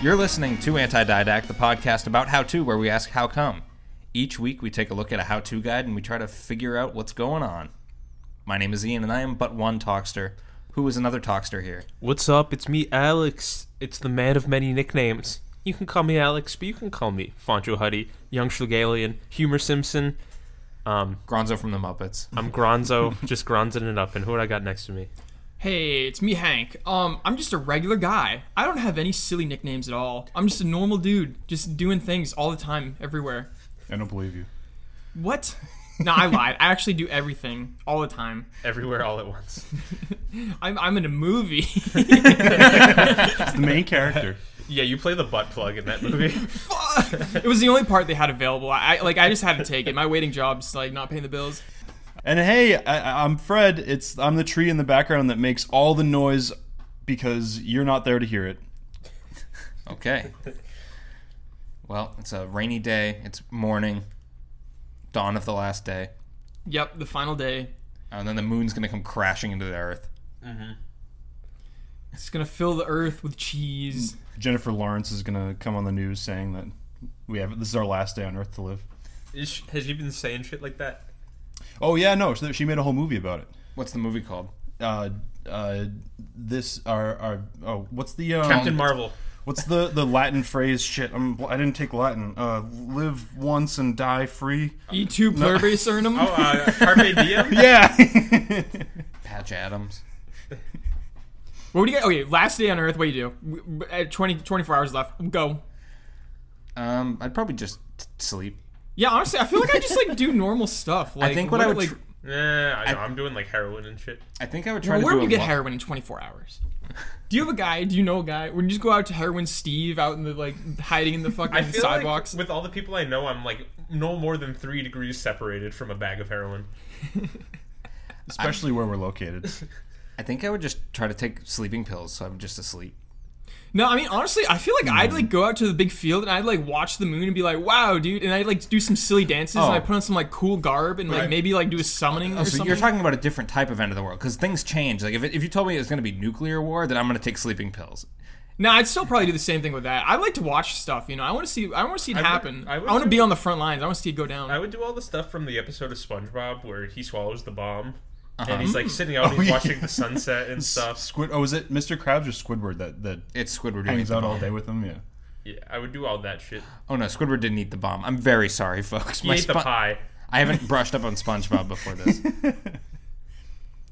You're listening to Antididact, the podcast about how to, where we ask how come. Each week we take a look at a how to guide and we try to figure out what's going on. My name is Ian and I am but one talkster. Who is another talkster here? What's up? It's me, Alex. It's the man of many nicknames. You can call me Alex, but you can call me Foncho Huddy, Young Schlegelian, Humor Simpson. Um, Gronzo from the Muppets. I'm Gronzo, just Gronzing it up. And who do I got next to me? Hey, it's me, Hank. Um, I'm just a regular guy. I don't have any silly nicknames at all. I'm just a normal dude, just doing things all the time, everywhere. I don't believe you. What? No, I lied. I actually do everything all the time. Everywhere all at once. I'm, I'm in a movie. It's the main character. Yeah, you play the butt plug in that movie. it was the only part they had available. I I- like I just had to take it. My waiting job's like not paying the bills. And hey, I, I'm Fred. It's I'm the tree in the background that makes all the noise because you're not there to hear it. Okay. Well, it's a rainy day. It's morning. Dawn of the last day. Yep, the final day. And then the moon's going to come crashing into the earth. It's gonna fill the earth with cheese. Jennifer Lawrence is gonna come on the news saying that we have this is our last day on Earth to live. Is she, has she been saying shit like that? Oh yeah, no, she she made a whole movie about it. What's the movie called? Uh, uh, this our our oh, what's the um, Captain Marvel. What's the the Latin phrase? Shit, I'm, I didn't take Latin. Uh, live once and die free. E two pluribus cernum. Oh, uh, Carpe Diem? Yeah. Patch Adams. What do you get? Okay, last day on Earth. What do you do? W- w- At 20, 24 hours left. Go. Um, I'd probably just t- sleep. Yeah, honestly, I feel like I just like do normal stuff. Like, I think what, I would like. tr- Nah, I know. I'm doing like heroin and shit. I think I would try to Where do do you a get lo- heroin in 24 hours? Do you have a guy? Do you know a guy? Would you just go out to heroin Steve out in the like hiding in the fucking I feel sidewalks? like with all the people I know, I'm like no more than three degrees separated from a bag of heroin. Especially where we're located. I think I would just try to take sleeping pills so I'm just asleep. no, I mean honestly, I feel like I'd like go out to the big field and I'd like watch the moon and be like, "Wow, dude!" And I'd like do some silly dances and I put on some like cool garb and like I- maybe like do a summoning or So something. you're talking about a different type of end of the world because things change. Like if, it, if you told me it was going to be nuclear war, then I'm going to take sleeping pills. no, I'd still probably do the same thing with that. I'd like to watch stuff, you know. I want to see. I want to see it would- happen. I I, would want to do- be on the front lines. I want to see it go down. I would do all the stuff from the episode of SpongeBob where he swallows the bomb. And he's like sitting out, and he's Uh-huh. Oh, yeah. watching the sunset and stuff. Squid. Oh, is it Mr. Krabs or Squidward that that It's Squidward who ate hangs the out bomb. all day with them? Yeah. Yeah, I would do all that shit. Oh no, Squidward didn't eat the bomb. I'm very sorry, folks. He ate the spon- pie. I haven't brushed up on SpongeBob before this.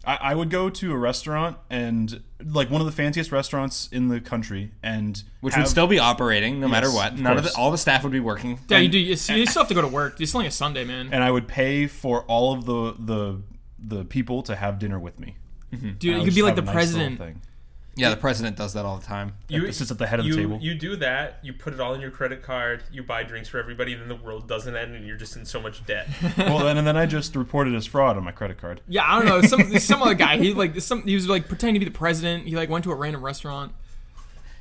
I, I would go to a restaurant and like one of the fanciest restaurants in the country, and Which have- would still be operating no matter Yes, what. of None of the, course. all the staff would be working. yeah, you do. You, see, you still have to go to work. It's only a Sunday, man. and I would pay for all of the the the people to have dinner with me. Dude, I you would could just be like have the a nice little president. thing. Yeah, the president does that all the time. You sits at the head of the you, table. You do that. You put it all in your credit card. You buy drinks for everybody, and then the world doesn't end, and you're just in so much debt. well, then and then I just reported as fraud on my credit card. Yeah, I don't know. Some some other guy. He like some. He was like pretending to be the president. He like went to a random restaurant.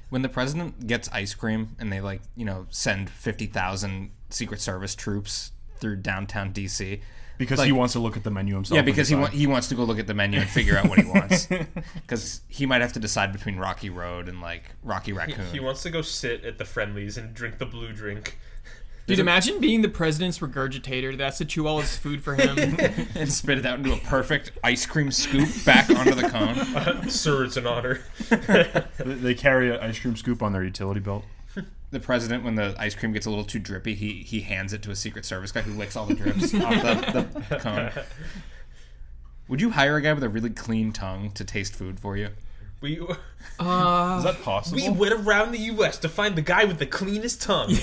When the president gets ice cream and they like, you know, send 50,000 Secret Service troops through downtown DC. Because Like- he wants to look at the menu himself. Yeah, and because he wa- decide. he wants to go look at the menu and figure out what he wants. Because he might have to decide between Rocky Road and like Rocky Raccoon. he wants to go sit at the friendlies and drink the blue drink. Dude, imagine being the president's regurgitator. That's to chew all his food for him. and spit it out into a perfect ice cream scoop back onto the cone. Sir, it's an honor. They- they carry an ice cream scoop on their utility belt. The president, when the ice cream gets a little too drippy, he he hands it to a Secret Service guy who licks all the drips off the, the cone. Would you hire a guy with a really clean tongue to taste food for you? We Is Oh. that possible? we went around the U.S. to find the guy with the cleanest tongue.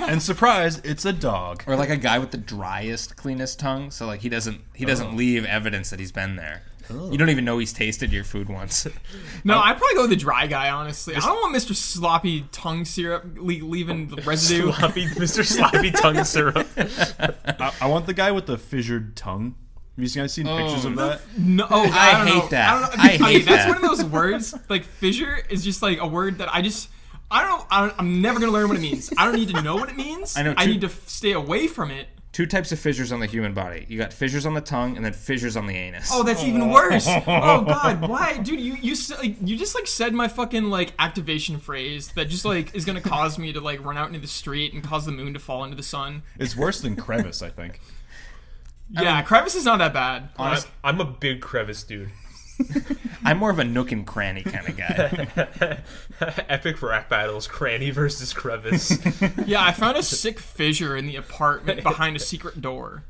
and surprise, it's a dog. Or like a guy with the driest, cleanest tongue, so like he doesn't he doesn't Oh. leave evidence that he's been there. You don't even know he's tasted your food once. No, I'd probably go with the dry guy. Honestly, I don't want Mr. Sloppy Tongue Syrup le- leaving the residue. Sloppy, Mr. Sloppy Tongue Syrup. I, I want the guy with the fissured tongue. Have you guys Oh. seen pictures of that? No, oh, I, don't hate know. that. I, don't know. I Okay, hate that's that. one of those words. Like fissure is just like a word that I just. I don't know. I don't, I'm never gonna learn what it means. I don't need to know what it means. I know I two- need to f- stay away from it. two types of fissures on the human body. You got fissures on the tongue and then fissures on the anus. Oh, that's even worse. Oh God, why, dude? You you s- like, you just like said my fucking like activation phrase that just like is gonna cause me to like run out into the street and cause the moon to fall into the sun. It's worse than crevice, I think. Yeah, Um, crevice is not that bad. I'm, I'm a big crevice dude. I'm more of a nook and cranny kind of guy. Epic rap battles, Cranny versus Crevice. Yeah, I found a sick fissure in the apartment behind a secret door.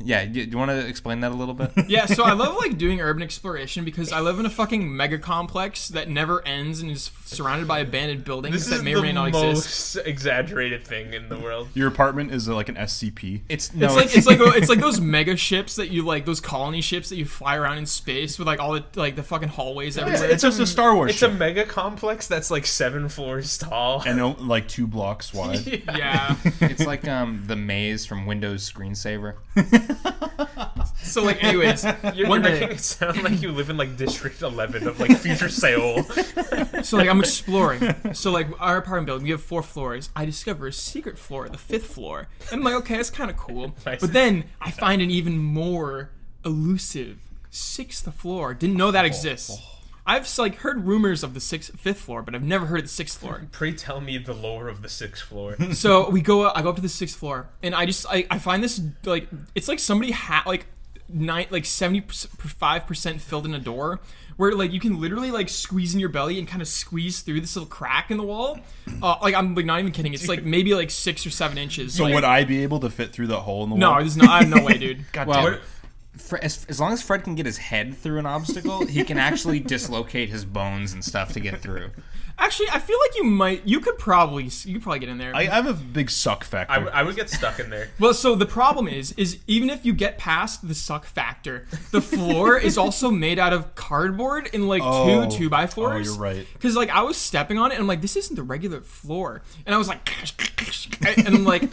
yeah, you, you want to explain that a little bit? Yeah, so I love like doing urban exploration because I live in a fucking mega complex that never ends and is surrounded by abandoned buildings this that is may the or may not most exist. exaggerated thing in the world. Your apartment is uh, like an SCP. It's It's no, like it's like it's like those mega ships that you like those colony ships that you fly around in space with like all the like the fucking hallways It's, everywhere. it's just a Star Wars It's a ship. mega complex that's like seven floors tall. and uh, like two blocks wide. Yeah. It's like um the maze from Windows screensaver. So like, anyways, You're, One you're day. making it sound like you live in like District 11 of like future Seoul. so like I'm exploring. So like our apartment building, we have four floors. I discover a secret floor, the fifth floor. And I'm like, okay, that's kind of cool. Nice. But then I find an even more elusive sixth floor. Didn't know Oh, that exists. I've like heard rumors of the sixth, fifth floor, but I've never heard of the sixth floor. Pray tell me the lore of the sixth floor. So we go. I go up to the sixth floor, and I just I, I find this like it's like somebody ha like nine like seventy five percent filled in a door where like you can literally like squeeze in your belly and kind of squeeze through this little crack in the wall. Uh, like I'm like not even kidding. It's like maybe like six or seven inches. So like, would I be able to fit through that hole in the No, wall? there's no. I have no way, dude. God Well, damn it. Fre- as, as long as Fred can get his head through an obstacle, he can actually dislocate his bones and stuff to get through. Actually, I feel like you might. You could probably. You could probably get in there. I, I have a big suck factor. I, w- I would get stuck in there. Well, so the problem is, is even if you get past the suck factor, the floor is also made out of cardboard in like Oh. two two by fours. Oh, you're right. Because like I was stepping on it, and I'm like, this isn't the regular floor, and I was like, and I'm like,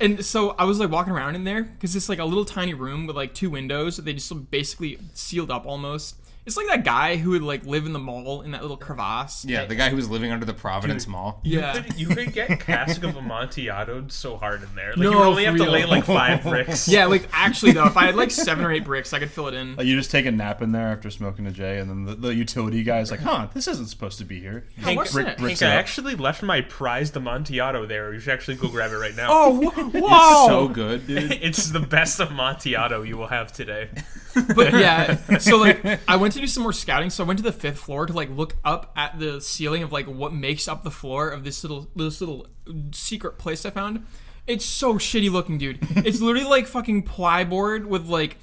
and so I was like walking around in there because it's like a little tiny room with like two windows. They just basically sealed up almost. It's like that guy who would like live in the mall in that little crevasse. Yeah, the guy who was living under the Providence Mall. Yeah. You could get cask of amontillado so hard in there. Like you No, would only for have to real. lay like five bricks. Yeah, like actually though, if I had like seven or eight bricks, I could fill it in. Like, you just take a nap in there after smoking a J, and then the, the utility guy's like, "Huh, this isn't supposed to be here." Hank- Brick- Hank, bricks Hank, I it up. actually left my prized amontillado there. You should actually go grab it right now. Oh, wh- wow! So good, dude. It's the best amontillado you will have today. But yeah, so like I went to do some more scouting, so I went to the fifth floor to like look up at the ceiling of like what makes up the floor of this little this little secret place I found. It's so shitty looking, dude. It's literally like fucking plyboard with like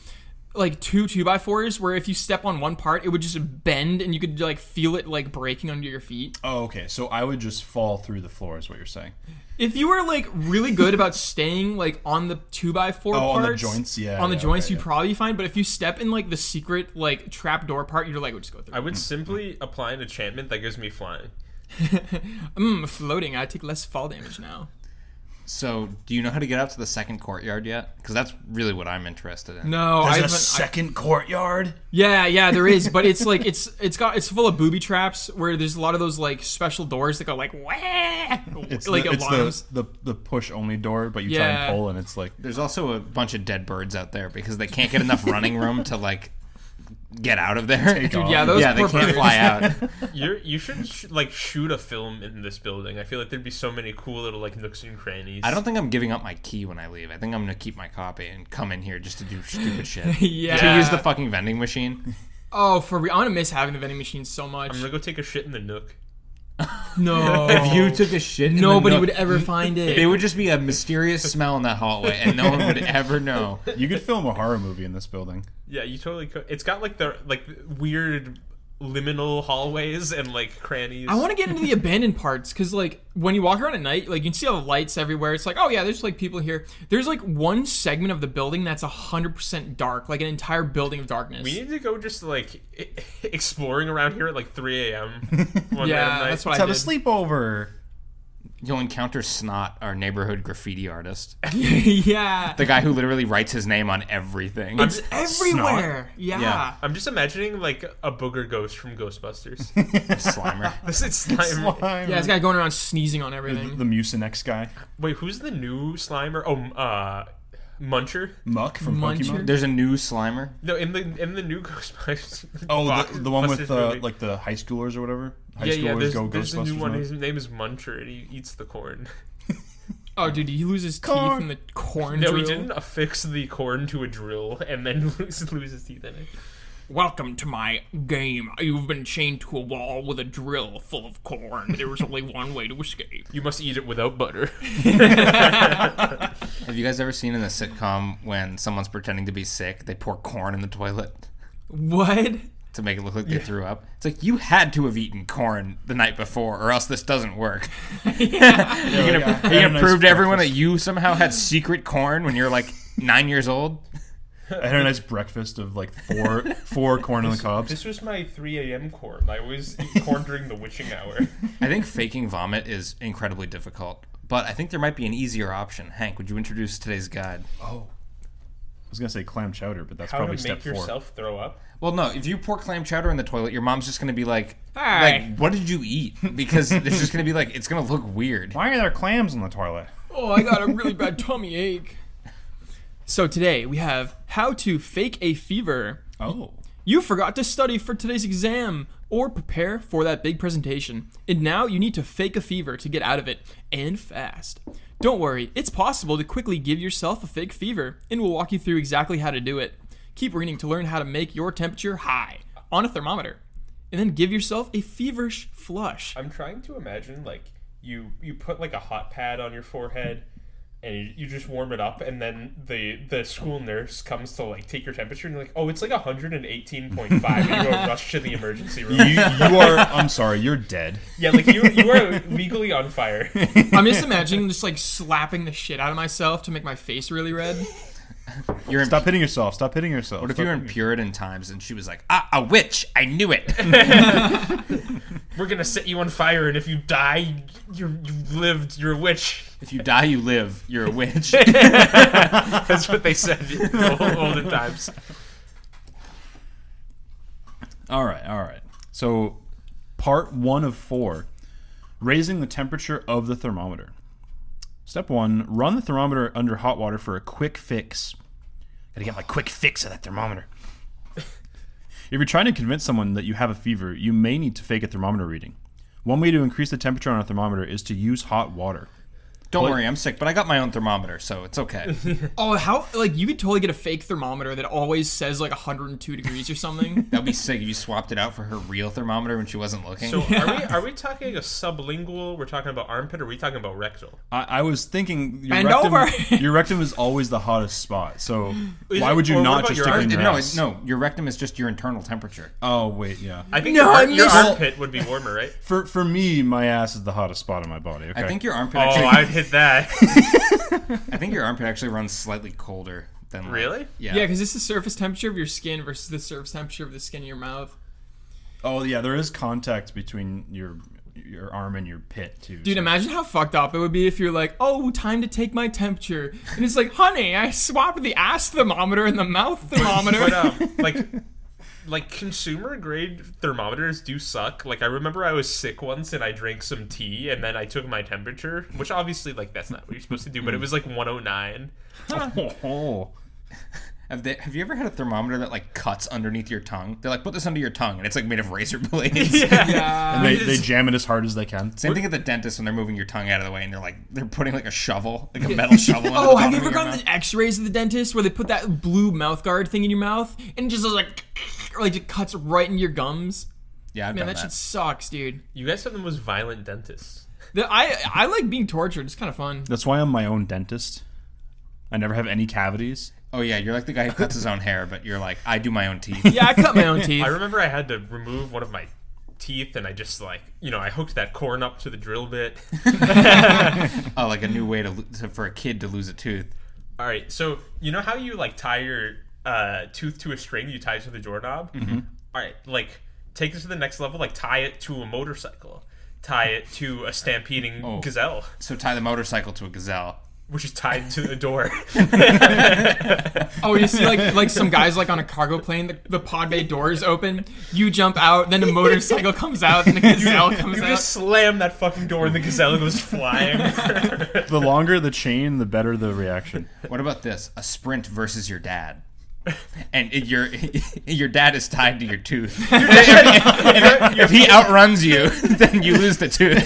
like two two by fours where if you step on one part it would just bend and you could like feel it like breaking under your feet. Oh, okay. So I would just fall through the floor, is what you're saying? If you were like really good about staying like on the two by four Oh, on the parts, joints? Yeah, on the yeah, joints okay, you yeah. probably be fine. But if you step in like the secret like trap door part, your leg would just go through. I would simply apply an enchantment that gives me flying. Mm, floating, I take less fall damage now. So, do you know how to get out to the second courtyard yet? Because that's really what I'm interested in. No, I There's a haven't. I- second courtyard. yeah, yeah, there is, but it's like it's it's got it's full of booby traps where there's a lot of those like special doors that go like wah, It's like the, it's alarms. the, the the push only door, but you try Yeah. and pull, and it's like There's also a bunch of dead birds out there because they can't get enough running room to like get out of there. Dude, yeah, those yeah, they poor can't birds. fly out. You're, you should sh- like shoot a film in this building. I feel like there'd be so many cool little like nooks and crannies. I don't think I'm giving up my key when I leave. I think I'm gonna keep my copy and come in here just to do stupid shit. Yeah. To use the fucking vending machine. oh, for real, I'm gonna miss having the vending machine so much. I'm gonna go take a shit in the nook. No, If you took a shit, in the nobody nook- would ever find It it. would just be a mysterious smell in that hallway, and no one would ever know. you could film a horror movie in this building. Yeah, you totally could. It's got like the like weird liminal hallways and like crannies. I want to get into the abandoned parts because, like, when you walk around at night, like you can see all the lights everywhere. It's like, oh yeah, there's like people here. There's like one segment of the building that's hundred percent dark, like an entire building of darkness. We need to go just like e- exploring around here at like 3 a.m. one yeah, random night. that's what Let's I have did. a sleepover. You'll encounter Snot, our neighborhood graffiti artist, yeah. the guy who literally writes his name on everything. it's everywhere. Yeah. Yeah. I'm just imagining like a booger ghost from Ghostbusters. Slimer. this is Slimer. Slime. Yeah, this guy going around sneezing on the, everything. the Mucinex guy. Wait, who's the new Slimer? Oh, uh, Muncher. Muck from Muncher? Pokemon. There's a new Slimer. No, in the in the new Ghostbusters. Oh, box- the, the one with Ghostbusters uh, movie. like the high schoolers or whatever. High yeah, schoolers yeah. There's, go there's a Ghostbusters. new one. mode. His name is Muncher, and he eats the corn. Oh, dude, he loses Corn. teeth in the corn No, drill. he didn't affix the corn to a drill and then lose, lose his teeth in it. Welcome to my game. You've been chained to a wall with a drill full of corn. There was only one way to escape. You must eat it without butter. Have you guys ever seen in a sitcom when someone's pretending to be sick, they pour corn in the toilet What? to make it look like they threw up? It's like you had to have eaten corn the night before, or else this doesn't work. Oh, Yeah, You're gonna, like, I had you're a gonna nice prove to everyone that breakfast. you somehow had secret corn when you're like nine years old. I had a nice breakfast of like four four corn on the cobs. This was my 3 a.m. corn. I always eat corn during the witching hour. I think faking vomit is incredibly difficult, but I think there might be an easier option. Hank, would you introduce today's guide? I was gonna say clam chowder, but that's How probably to step make four. yourself throw up? Well, no. If you pour clam chowder in the toilet, your mom's just gonna be like, Hi. "Like, what did you eat?" Because there's just gonna be like, it's gonna look weird. Why are there clams in the toilet? Oh, I got a really bad tummy ache. So today we have how to fake a fever. Oh, You forgot to study for today's exam or prepare for that big presentation, and now you need to fake a fever to get out of it and fast. Don't worry, it's possible to quickly give yourself a fake fever, and we'll walk you through exactly how to do it. Keep reading to learn how to make your temperature high on a thermometer, and then give yourself a feverish flush. I'm trying to imagine like you you put like a hot pad on your forehead and you, you just warm it up and then the the school nurse comes to like take your temperature and you're like, "Oh, it's like 118.5." and you go rush to the emergency room. you, you are. I'm sorry, you're dead. Yeah, like you you are legally on fire. I'm just imagining just like slapping the shit out of myself to make my face really red. You're in, Stop hitting yourself. Stop hitting yourself. What if Stop you're in hitting Puritan times and she was like, "Ah, a witch! I knew it." We're going to set you on fire and if you die, you you lived, you're a witch. if you die, you live. You're a witch. That's what they said all, all the times. All right, all right. So, part one of four raising the temperature of the thermometer. Step one run the thermometer under hot water for a quick fix. Gotta get my quick fix of that thermometer. if you're trying to convince someone that you have a fever, you may need to fake a thermometer reading. One way to increase the temperature on a thermometer is to use hot water. Don't worry, I'm sick, but I got my own thermometer, so it's okay. Oh, how like you could totally get a fake thermometer that always says like 102 degrees or something. That'd be sick if you swapped it out for her real thermometer when she wasn't looking. So are we are we talking a sublingual? We're talking about armpit or are we talking about rectal? I, I was thinking your Bend rectum, over. your rectum is always the hottest spot, so why it- would or you what not about just your stick it in arm- your no, ass? it- no, your rectum is just your internal temperature. Oh wait, yeah. I think No, your, I ar- your missed- armpit would be warmer, right? For for me, my ass is the hottest spot on my body. Okay. I think your armpit. Oh, actually, I'd hit that. I think your armpit actually runs slightly colder than. like- Really? Yeah. yeah, because it's the surface temperature of your skin versus the surface temperature of the skin of your mouth. Oh yeah, there is contact between your your arm and your pit too. Dude, so- imagine how fucked up it would be if you're like, oh, time to take my temperature, and it's like, honey, I swapped the ass thermometer and the mouth thermometer. But um, like, like consumer grade thermometers do suck. Like I remember I was sick once and I drank some tea and then I took my temperature, which obviously like that's not what you're supposed to do, but it was like 109. oh, Have, they, have you ever had a thermometer that like cuts underneath your tongue? They're like, put this under your tongue, and it's like made of razor blades. and they, Just- they jam it as hard as they can. Same thing at the dentist when they're moving your tongue out of the way, and they're like, they're putting like a shovel, like a metal shovel. into Oh, the bottom have you of ever your gotten mouth. the X-rays of the dentist where they put that blue mouth guard thing in your mouth and it just does like, or like it cuts right into your gums? Yeah, I've Man, done that that. shit sucks, dude. You guys have the most violent dentists. The- I I like being tortured. It's kind of fun. That's why I'm my own dentist. I never have any cavities. Oh yeah, you're like the guy who cuts his own hair, but you're like, I do my own teeth. Yeah, I cut my own teeth. I remember I had to remove one of my teeth and I just like you know I hooked that corn up to the drill bit. Oh, like a new way to, lo- to for a kid to lose a tooth. All right, so you know how you like tie your uh, tooth to a string, you tie it to the doorknob. Mm-hmm. right, like take it to the next level, like tie it to a Oh. motorcycle, tie it to a stampeding gazelle. So tie the motorcycle to a gazelle. which is tied to the door. Oh, you see, like like some guys like on a cargo plane, the, the pod bay door is open. You jump out, then a motorcycle comes out, and the gazelle comes you out. just slam that fucking door and the gazelle goes flying. The longer the chain, the better the reaction. What about this? A sprint versus your dad. And it- your your dad is tied to your tooth. if, if he outruns you, then you lose the tooth.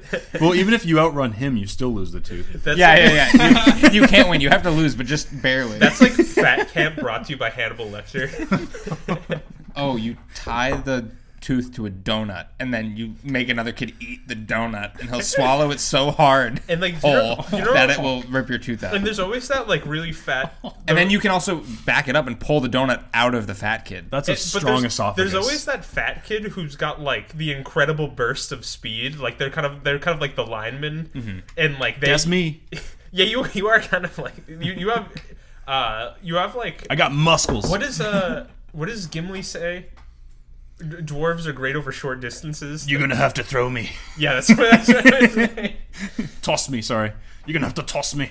Well, even if you outrun him, you still lose the tooth. That's Yeah, like, yeah, yeah. You, you can't win. You have to lose, but just barely. That's like Fat Camp brought to you by Hannibal Lecter. oh, you tie the tooth to a donut, and then you make another kid eat the donut, and he'll swallow it so hard And, like, you know- whole you know- Oh, that it will Oh. rip your tooth out. And there's always that like really fat. And then you can also back it up and pull the donut out of the fat kid. That's a Eh, But strong there's, esophagus. There's always that fat kid who's got like the incredible burst of speed. Like they're kind of they're kind of like the linemen, and like they, That's me. Yeah, you you are kind of like you you have uh you have like I got muscles. what is uh what does Gimli say? D- Dwarves are great over short distances. You're gonna have to throw me. yeah, that's what, that's what I say. Toss me. Sorry. You're gonna have to toss me.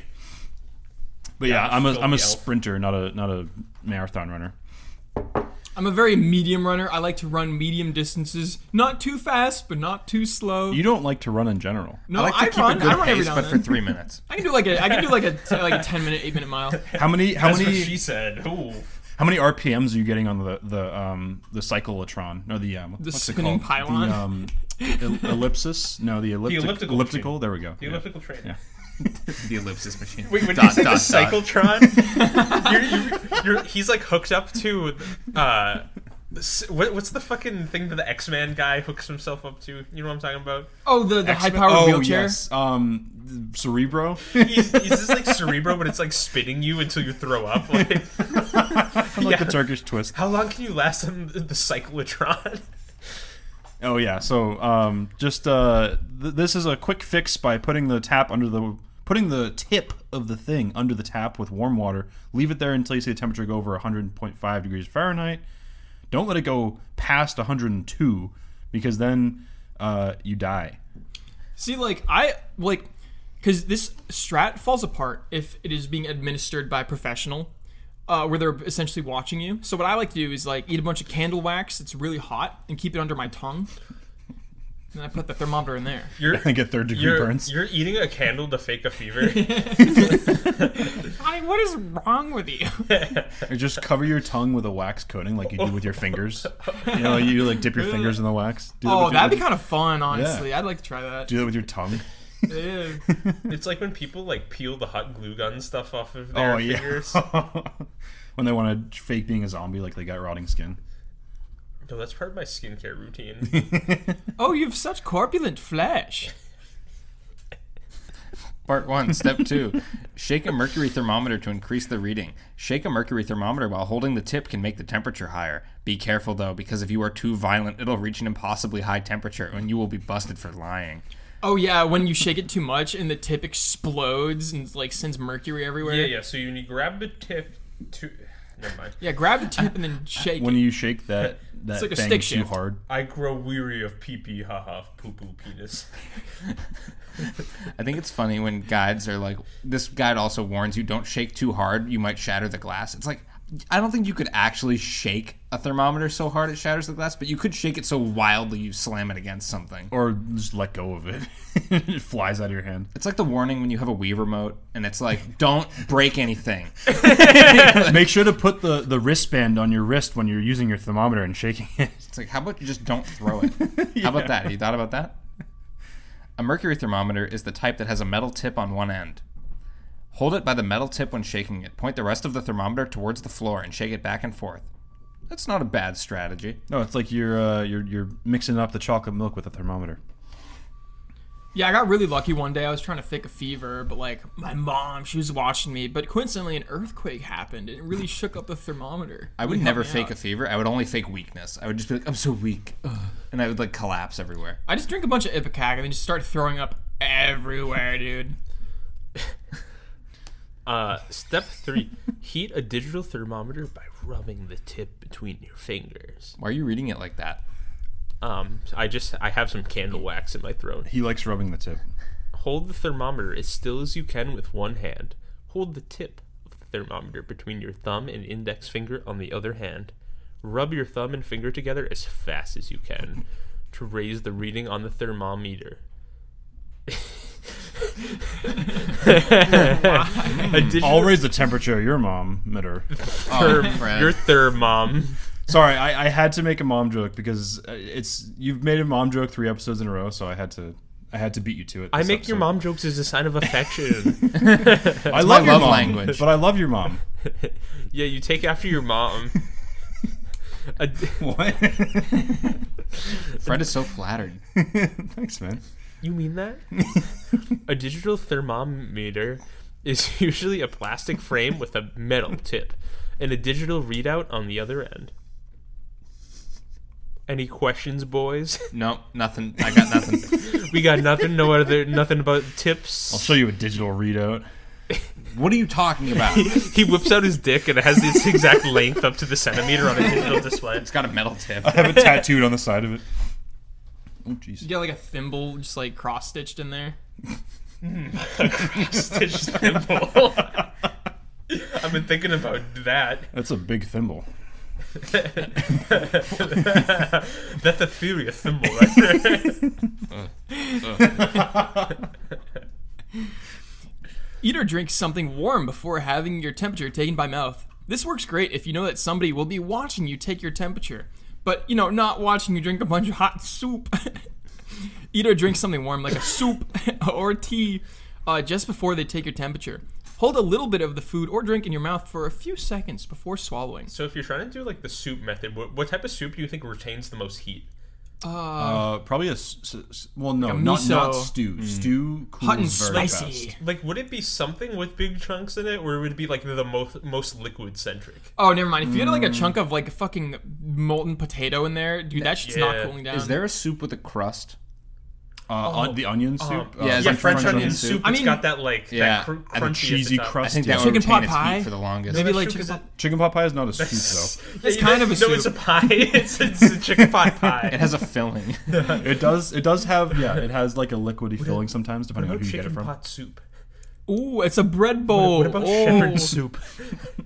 But yeah, I'm a fill I'm a me out. sprinter, not a not a marathon runner. I'm a very medium runner. I like to run medium distances, not too fast, but not too slow. You don't like to run in general. no, I, like to keep run. a good I run every pace, now but and for then. three minutes. I can do like a I can do like a t- like a ten minute, eight minute mile. How many how That's what many she said. Ooh. how many RPMs are you getting on the the um the cyclotron or the um The what's it spinning called pylon. the um el- ellipsis no the elliptic, elliptical elliptical machine. there we go The elliptical train. The ellipsis machine. Wait, when Dot, he said dot, the dot. cyclotron, you're, you're, you're, he's like hooked up to, uh, s- what, what's the fucking thing that the X Man guy hooks himself up to? You know what I'm talking about? Oh, the, the high X-Men- powered oh wheelchair. yes um cerebro He's, he's just like Cerebro, but it's like spinning you until you throw up. Like, like the Yeah. Turkish twist how long can you last on the cyclotron? Oh yeah. So um, just uh, th- this is a quick fix by putting the tap under the putting the tip of the thing under the tap with warm water. Leave it there until you see the temperature go over 100.5 degrees Fahrenheit. Don't let it go past 102 because then uh, you die. See, like I like because this strat falls apart if it is being administered by a professional, uh, where they're essentially watching you. So what I like to do is like eat a bunch of candle wax. It's really hot, and keep it under my tongue. And I put the thermometer in there. You're, I get third degree you're, burns. you're eating a candle to fake a fever. Bonnie, what is wrong with you? Or just cover your tongue with a wax coating like you do with your fingers. You know, you like dip your fingers in the wax. Do oh, with your- that'd be kind of fun, honestly. I'd like to try that. do that with your tongue. Ew. It's like when people like peel the hot glue gun stuff off of their Oh yeah. fingers. when they want to fake being a zombie like they got rotting skin. No, that's part of my skincare routine. oh, you've such corpulent flesh. Part one, step two. Shake a mercury thermometer to increase the reading. Shake a mercury thermometer while holding the tip can make the temperature higher. Be careful though, because if you are too violent, it'll reach an impossibly high temperature and you will be busted for lying. Oh yeah, when you shake it too much and the tip explodes and like sends mercury everywhere. yeah, yeah. So you need to grab the tip to. Never mind. Yeah, grab the tip and then shake. When you shake that that like a thing stick too shift. hard, I grow weary of pee pee ha ha poo poo penis. I think it's funny when guides are like, this guide also warns you don't shake too hard, you might shatter the glass. It's like, I don't think you could actually shake a thermometer so hard it shatters the glass, but you could shake it so wildly you slam it against something. or just let go of it, it flies out of your hand. It's like the warning when you have a Wii remote and it's like, don't break anything. Make sure to put the the wristband on your wrist when you're using your thermometer and shaking it. It's like, how about you just don't throw it? How about that? Have you thought about that? A mercury thermometer is the type that has a metal tip on one end. Hold it by the metal tip when shaking it. Point the rest of the thermometer towards the floor and shake it back and forth. That's not a bad strategy. No, it's like you're uh, you're you're mixing up the chocolate milk with a thermometer. Yeah, I got really lucky one day. I was trying to fake a fever, but like my mom, she was watching me. But coincidentally, an earthquake happened and it really shook up the thermometer. I would never fake a fever. I would only fake weakness. I would just be like, I'm so weak. Ugh. And I would like collapse everywhere. I just drink a bunch of Ipecac and then just start throwing up everywhere, dude. Uh, step three: heat a digital thermometer by rubbing the tip between your fingers. Why are you reading it like that? Um, I just I have some candle wax in my throat. He likes rubbing the tip. Hold the thermometer as still as you can with one hand. Hold the tip of the thermometer between your thumb and index finger on the other hand. Rub your thumb and finger together as fast as you can to raise the reading on the thermometer. A digital I'll raise the temperature of your mom, Mitter. Oh, therm- Fred. your thermom. Sorry, I, I had to make a mom joke because uh, it's you've made a mom joke three episodes in a row, so I had to I had to beat you to it. I this make your episode. mom jokes as a sign of affection. I love my your love mom, language. but I love your mom. yeah, you take after your mom. A di- What? Fred is so flattered. Thanks, man. You mean that? a digital thermometer is usually a plastic frame with a metal tip and a digital readout on the other end. Any questions, boys? Nope, nothing. I got nothing. we got nothing, no other, nothing about tips. I'll show you a digital readout. what are you talking about? It's He whips out his dick and it has its exact length up to the centimeter on a digital display. got a metal tip. I have it tattooed on the side of it. Oh jeez. You get like a thimble just like cross stitched in there. Stitched thimble. I've been thinking about that. That's a big thimble. That's a serious thimble right there. Eat or drink something warm before having your temperature taken by mouth. This works great if you know that somebody will be watching you take your temperature, but you know, not watching you drink a bunch of hot soup. Eat or drink something warm like a soup or tea uh, just before they take your temperature. Hold a little bit of the food or drink in your mouth for a few seconds before swallowing. So if you're trying to do like the soup method, what, what type of soup do you think retains the most heat? Uh, probably a s- s- s- well, no, a not not miso. stew. Stew cools Hot and very spicy. fast. Like, would it be something with big chunks in it, or would it be like the most most liquid centric? Oh, never mind. If you had like a chunk of like a fucking molten potato in there, dude, that shit's not Yeah. cooling down. Is there a soup with a crust? Uh, on- the onion soup. Um, yeah, uh, yeah, like French, French onion onion soup. soup. I it's mean- got that like Yeah. that cr- And crunchy cheesy at the top. I crust. think that yeah. would Chicken retain pot its pie? heat for the longest. Maybe That's like true, chicken 'cause pot- Chicken pot pie is not a soup It's kind of a no, it's a soup. pie. It's, it's a chicken pot It pie. has a filling. though. It does. It does have. Yeah, it has like a liquidy filling sometimes, depending on who you get it chicken from. pot soup. Ooh, it's a bread bowl. What about oh. shepherd soup?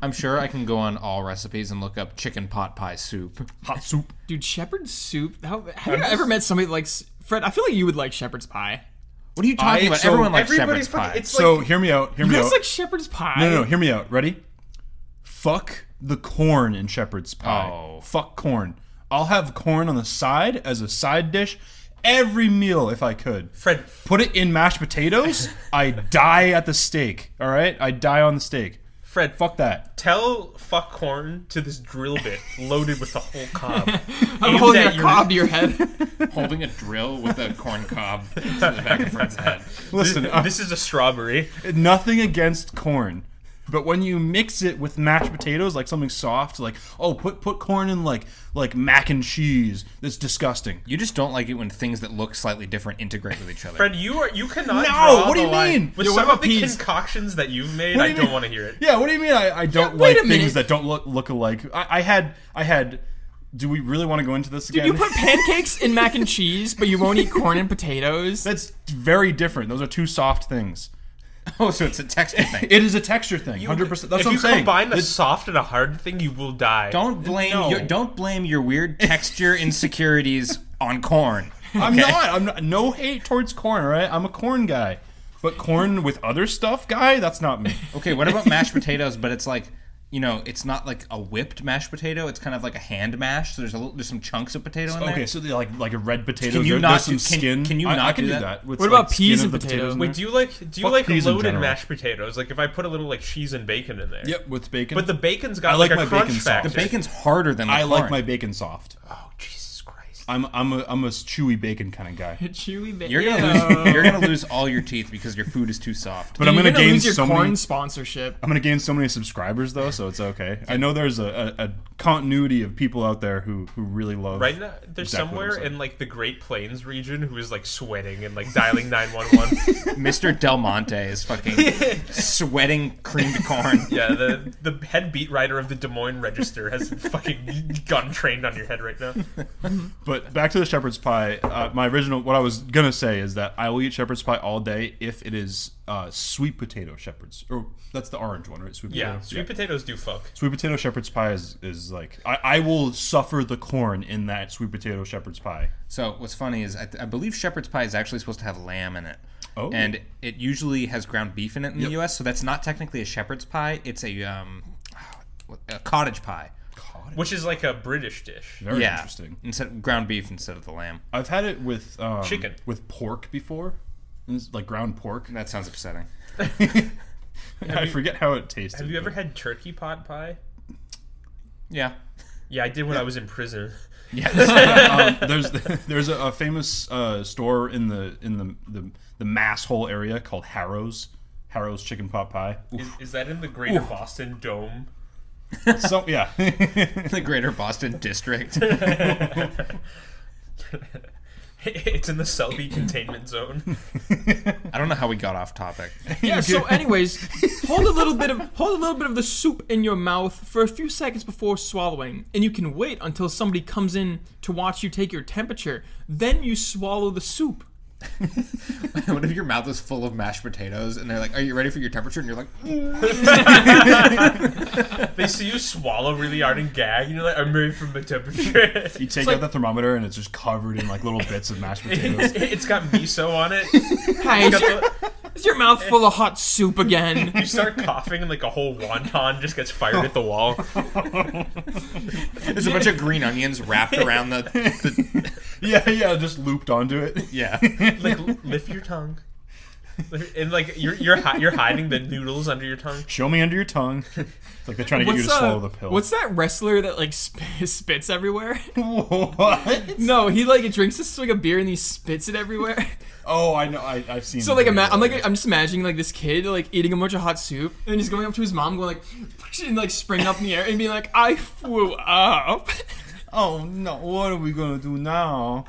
I'm sure I can go on all recipes and look up chicken pot pie soup. Hot soup. Dude, shepherd's soup. How, have you ever met somebody that likes Fred? I feel like you would like shepherd's pie. What are you talking I- about? so Everyone likes shepherd's everybody's fucking- pie. it's So hear me out. Hear me You guys out. like shepherd's pie? no, no, no. Hear me out. Ready? Fuck the corn in shepherd's pie. Oh. Fuck corn. I'll have corn on the side as a side dish every meal if I could. Fred, Put it in mashed potatoes. I die at the stake. All right, I die on the stake. Fred, Fuck that. tell fuck corn to this drill bit loaded with the whole cob. I'm Aimed holding at a your- cob to your head. holding a drill with a corn cob to the back of Fred's head. Listen, uh, This is a strawberry. nothing against corn, but when you mix it with mashed potatoes, like something soft, like oh, put put corn in like like mac and cheese. That's disgusting. You just don't like it when things that look slightly different integrate with each other. Fred, you are you cannot. No, draw what do the you line. mean? With Yo, what some of about the peas? concoctions that you've made, What I do you don't mean? want to hear it. Yeah, what do you mean? I, I don't wait a like minute. things that don't look look alike. I, I had I had. Do we really want to go into this again? you put pancakes in mac and cheese, but you won't eat corn and potatoes. That's very different. Those are two soft things. oh, so it's a texture thing. It is a texture thing, hundred percent. That's if what I'm you saying. combine a soft and a hard thing, you will die. Don't blame your don't blame your weird texture insecurities on corn. I'm not. I'm not. No hate towards corn. All right, I'm a corn guy, but corn with other stuff, guy, that's not me. Okay, what about mashed potatoes? But it's like you know, it's not like a whipped mashed potato. It's kind of like a hand mash. So there's a little, there's some chunks of potato in there. Okay, so they like like a red potato. Can you there- not there's some do- can- skin? can you I, I not can do do that? that. with, What like, about skin peas and of the potatoes? potatoes? in Wait, there. do you like do you Fuck like peas in loaded general. mashed potatoes? Like if I put a little like cheese and bacon in there. Yep, with bacon. But the bacon's got I like like, my a crunch bacon soft. factor. The bacon's harder than the I like corn. my bacon soft. Oh Jesus Christ! I'm I'm a I'm a chewy bacon kind of guy. Chewy ba- You're Ew. gonna lose, you're gonna lose all your teeth because your food is too soft. But Dude, you're I'm gonna, gain lose your so corn many. sponsorship. I'm gonna gain so many subscribers though, so it's okay. I know there's a, a, a continuity of people out there who who really love. Right now, there's exactly what I'm somewhere saying. in like the Great Plains region who is like sweating and like dialing nine one one. uh, Mr. Del Monte is fucking sweating creamed corn. Yeah, the the head beat writer of the Des Moines Register has a fucking gun trained on your head right now. But But back to the shepherd's pie. Uh, my original, what I was gonna say is that I will eat shepherd's pie all day if it is uh, sweet potato shepherd's, or that's the orange one, right? Sweet Yeah, potato. sweet potatoes do fuck. Sweet potato shepherd's pie is, is like I, I will suffer the corn in that sweet potato shepherd's pie. So what's funny is I, th- I believe shepherd's pie is actually supposed to have lamb in it. Oh. And it usually has ground beef in it in the U.S. So that's not technically a shepherd's pie. It's a um, what- a cottage pie. Which is like a British dish. Very yeah. interesting. Instead ground beef instead of the lamb. I've had it with um, Chicken. with pork before, It's like ground pork. That sounds upsetting. I forget how it tasted. Have you ever but- had turkey pot pie? Yeah. Yeah, I did when I was in prison. um, there's there's a, a famous uh, store in the in the, the the mass hole area called Harrow's Harrow's Chicken Pot Pie. Oof. Is, is that in the Greater Boston Dome? so yeah, the Greater Boston District. it's in the Selby containment zone. I don't know how we got off topic. Yeah. So, anyways, hold a little bit of hold a little bit of the soup in your mouth for a few seconds before swallowing, and you can wait until somebody comes in to watch you take your temperature. Then you swallow the soup. what if your mouth is full of mashed potatoes and they're like, "Are you ready for your temperature?" And you're like, "Mm, They see you swallow really hard and gag, and you're like, I'm ready for my temperature. you take out the thermometer and it's just covered in like little bits of mashed potatoes. it's got miso on it. Hi, is, Got your, the- is your mouth full of hot soup you again? start coughing, and like a whole wonton just gets fired at the wall. "There's a bunch of green onions wrapped around the, the yeah, yeah, just looped onto it. yeah." Like, l- lift your tongue. And like you're you're hi- you're hiding the noodles under your tongue. Show me under your tongue. It's like they're trying to get you to uh, swallow the pill. what's that wrestler that like sp- spits everywhere? what? No, he like drinks a swig of beer and he spits it everywhere. Oh, I know. I, I've seen. So like ima- videos I'm of like it. I'm just imagining like this kid like eating a bunch of hot soup and he's going up to his mom going like and like springing up in the air and being like I flew up. oh no, what are we gonna do now?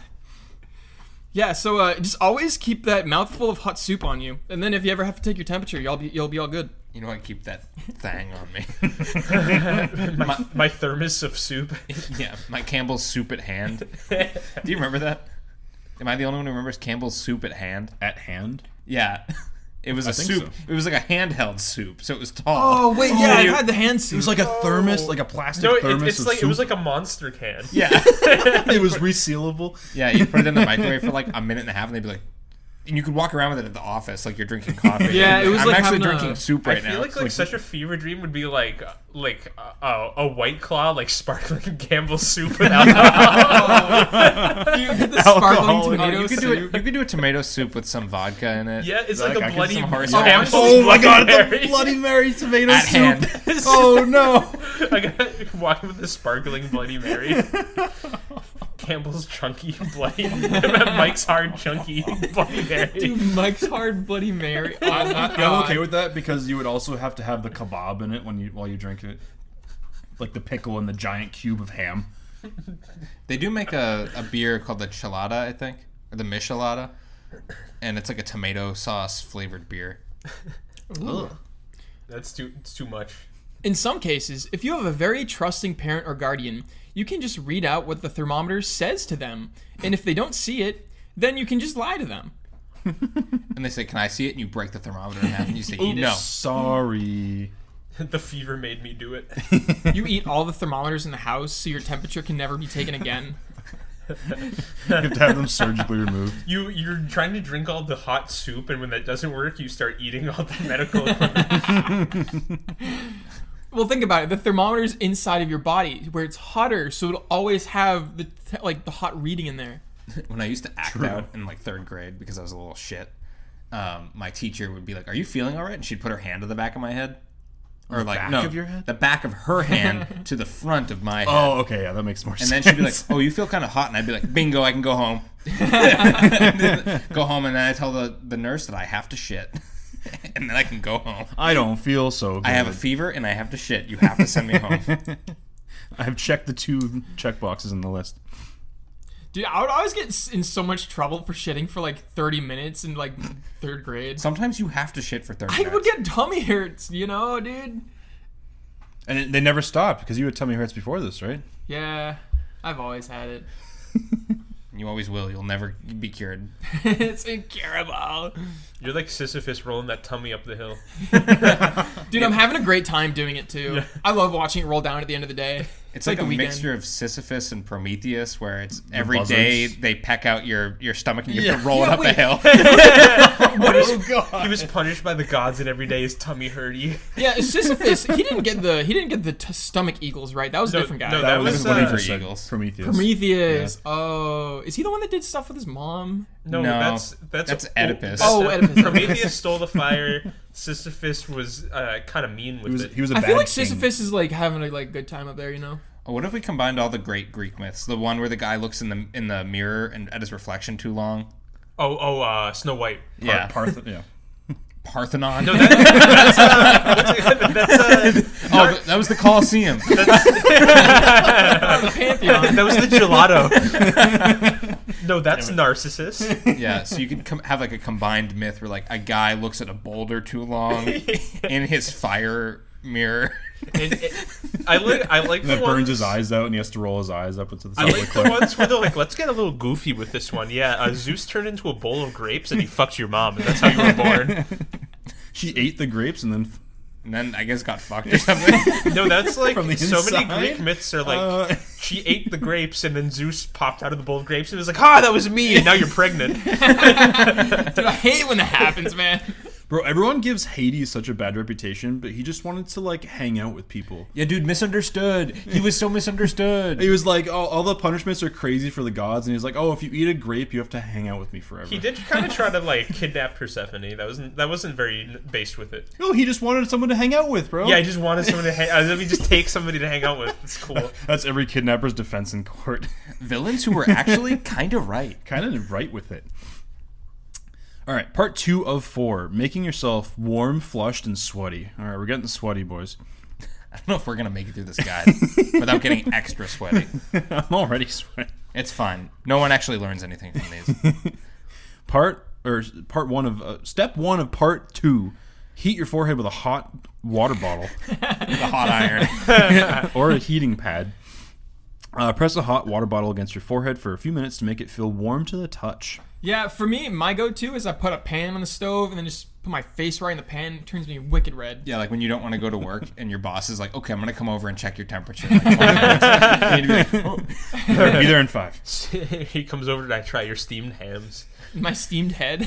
yeah, so uh, just always keep that mouthful of hot soup on you, and then if you ever have to take your temperature, you'll be you'll be all good. You know what? Keep that thang on me. My, my thermos of soup. yeah, my Campbell's soup at hand. Do you remember that? Am I the only one who remembers Campbell's soup at hand? At hand. Yeah. It was a think soup. so. It was like a handheld soup, so it was tall. wait, yeah, I had the hand soup. It was like a thermos, like a plastic No, it, thermos. it's of like it was soup. like a monster can. Yeah. it was resealable. yeah, you put it in the microwave for like a minute and a half and they'd be like and you could walk around with it at the office like you're drinking coffee. Yeah, it was I'm like actually having a- drinking soup I right feel now. like, like such a fever dream would be like like uh, a white claw like sparkling Campbell's soup and alcohol. you get the sparkling Alcohol. you tomato could do it. soup. You could do a tomato soup with some vodka in it. yeah, it's like, Like, I a could bloody some horse- Campbell's Oh, I'm- Oh my Bloody god, Mary. the Bloody Mary tomato At soup. hand. Oh no. I gotta walk with a sparkling Bloody Mary. Campbell's chunky bloody Mike's hard chunky bloody Mary. Dude, Mike's hard Bloody Mary. Oh my I, am God. okay with that because you would also have to have the kebab in it when you while you drink it, like the pickle and the giant cube of ham. They do make a, a beer called the Chilada, I think, or the Michelada, and it's like a tomato sauce flavored beer. That's too it's too much. In some cases, if you have a very trusting parent or guardian, you can just read out what the thermometer says to them, and if they don't see it, then you can just lie to them. And they say, "Can I see it?" And you break the thermometer in half, and you say, "No." Sorry. The fever made me do it. You eat all the thermometers in the house so your temperature can never be taken again. You have to have them surgically removed. You you're trying to drink all the hot soup, and when that doesn't work, you start eating all the medical equipment. Well, think about it. The thermometer's inside of your body where it's hotter, so it'll always have the t- like the hot reading in there. When I used to act out in like third grade because I was a little shit, um, my teacher would be like, "Are you feeling all right?" And she'd put her hand to the back of my head, or like back no, of your head? the back of her hand to the front of my head. Oh, okay, yeah, that makes more And then sense. she'd be like, "Oh, you feel kind of hot," and I'd be like, "Bingo, I can go home." go home, and then I tell the, the nurse that I have to shit, and then I can go home. I don't feel so good. I have a fever and I have to shit. You have to send me home. I've checked the two check boxes in the list. Dude, I would always get s- in so much trouble for shitting for like 30 minutes in like third grade. Sometimes you have to shit for 30 I minutes. would get tummy hurts, you know, dude. And it, they never stopped because you had tummy hurts before this, right? Yeah, I've always had it. You always will. You'll never be cured. it's incurable. You're like Sisyphus rolling that tummy up the hill. Dude, I'm having a great time doing it too. I love watching it roll down at the end of the day. It's like, like a a weekend. mixture of Sisyphus and Prometheus, where it's every day buzzards. they peck out your, your stomach and you Yeah. have to roll Yeah, it up a wait. hill. He was punished by the gods, and every day his tummy hurt. He, Yeah, Sisyphus. he didn't get the he didn't get the t- stomach eagles right. That was a No, different guy. no, That That was, was, what uh, he just said. Eagles. Prometheus. Prometheus. Oh, is he the one that did stuff with his mom? no, No, that's that's that's oh, Oedipus. Oh, Oedipus. Prometheus stole the fire. Sisyphus was uh, kind of mean He with was, it. he was a I bad feel like king. Sisyphus is like having a like good time up there, you know. Oh, What if we combined all the great Greek myths? The one where the guy looks in the in the mirror and at his reflection too long. oh, oh, uh, Snow White. Yeah, Parth- yeah. Parthenon. No, that, that's uh, what's it- that's uh, oh, th- that was the Colosseum. The Pantheon. that was the gelato. no, that's Narcissus. yeah, so you could com- have like a combined myth where like a guy looks at a boulder too long in his fire mirror. And it- I like I like And the that burns his ones- eyes out, and he has to roll his eyes up into the I side of the like the cliff. ones where they're like, let's get a little goofy with this one. Yeah, uh, Zeus turned into a bowl of grapes and he fucked your mom, and that's how you were born. She ate the grapes, and then And then I guess got fucked or something. No, that's like From the so many inside? Greek myths are like, Uh. she ate the grapes and then Zeus popped out of the bowl of grapes and was like, ah, that was me, and now you're pregnant. Dude, I hate when that happens, man. bro, everyone gives Hades such a bad reputation, but he just wanted to like hang out with people. yeah, dude, misunderstood. He was so misunderstood. He was like, oh, all the punishments are crazy for the gods, and he's like, oh, if you eat a grape, you have to hang out with me forever. He did kind of try to like kidnap Persephone. That wasn't that wasn't very n- based with it. No, he just wanted someone to hang out with, bro. Yeah, I just wanted someone to hang. Uh, let me just take somebody to hang out with. It's cool. That's every kidnapper's defense in court. Villains who were actually kind of right. kind of right with it. All right, part two of four: making yourself warm, flushed, and sweaty. All right, we're getting sweaty, boys. I don't know if we're gonna make it through this guide without getting extra sweaty. I'm already sweating. It's fine. No one actually learns anything from these. Part or part one of uh, step one of part two: heat your forehead with a hot water bottle The hot iron. or a heating pad. Uh, press a hot water bottle against your forehead for a few minutes to make it feel warm to the touch. Yeah, for me, my go-to is I put a pan on the stove and then just put my face right in the pan. It turns me wicked red. Yeah, like when you don't want to go to work and your boss is like, "Okay, I'm gonna come over and check your temperature." Like, "Oh, no." you need to be like, "Oh, Be there in five. he comes over and I try your steamed hams. My steamed head.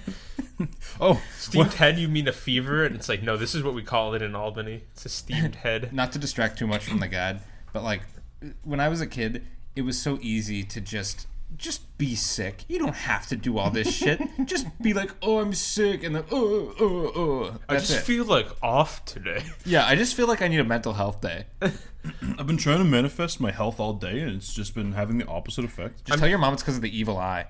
Oh, Steamed head, you mean a fever? And it's like, no, this is what we call it in Albany. It's a steamed head. not to distract too much from the guide, but like when I was a kid, it was so easy to just just be sick. You don't have to do all this shit. just be like, "Oh, I'm sick," and then, "Oh, oh, oh." I That's just it. feel like off today. yeah, I just feel like I need a mental health day. I've been trying to manifest my health all day, and it's just been having the opposite effect. Just tell your mom it's because of the evil eye.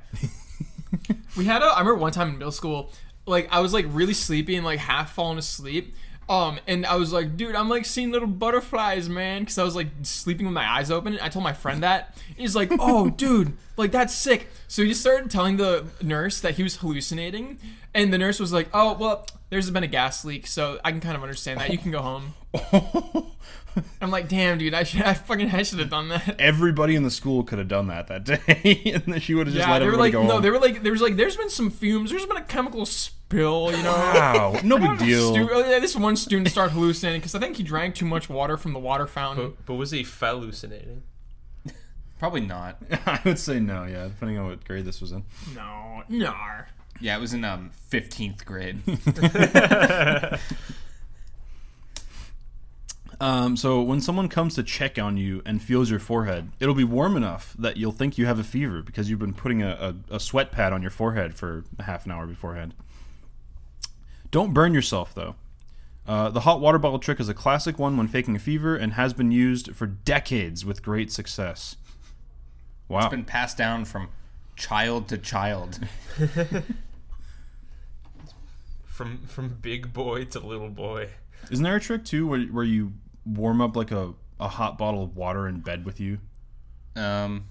We had a. I remember one time in middle school, like I was like really sleepy and like half falling asleep. Um, and I was like, dude, I'm like seeing little butterflies, man, because I was like sleeping with my eyes open. I told my friend that. He's like, oh, dude, like that's sick. So he just started telling the nurse that he was hallucinating, and the nurse was like, oh, well, there's been a gas leak, so I can kind of understand that. You can go home. I'm like, damn, dude, I should, I fucking, I should have done that. Everybody in the school could have done that that day, and then she would have just yeah, let they were like, everybody go. no, home. they were like, there was like, there's been some fumes, there's been a chemical spill, you know. wow, no big deal. Stu- oh, yeah, this one student started hallucinating because I think he drank too much water from the water fountain. But was he hallucinating? Probably not. I would say no, yeah, depending on what grade this was in. No, no. Yeah, it was in um 15th grade. Um, so when someone comes to check on you and feels your forehead, it'll be warm enough that you'll think you have a fever because you've been putting a, a, a sweat pad on your forehead for a half an hour beforehand. Don't burn yourself though. Uh, the hot water bottle trick is a classic one when faking a fever and has been used for decades with great success. Wow. been passed down from child to child. From from big boy to little boy. Isn't there a trick too where, where you warm up like a, a hot bottle of water in bed with you Um,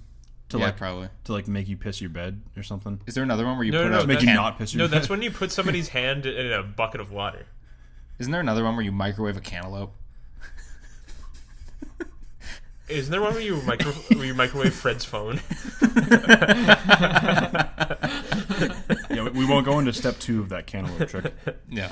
to yeah, like probably. to like make you piss your bed or something? Is there another one where you No, put no, a no, Make that's- you can- not piss your No, bed. that's when you put somebody's hand in a bucket of water. Isn't there another one where you microwave a cantaloupe? Isn't there one where you micro where you microwave Fred's phone? Yeah, we- we won't go into step two of that cantaloupe trick. Yeah.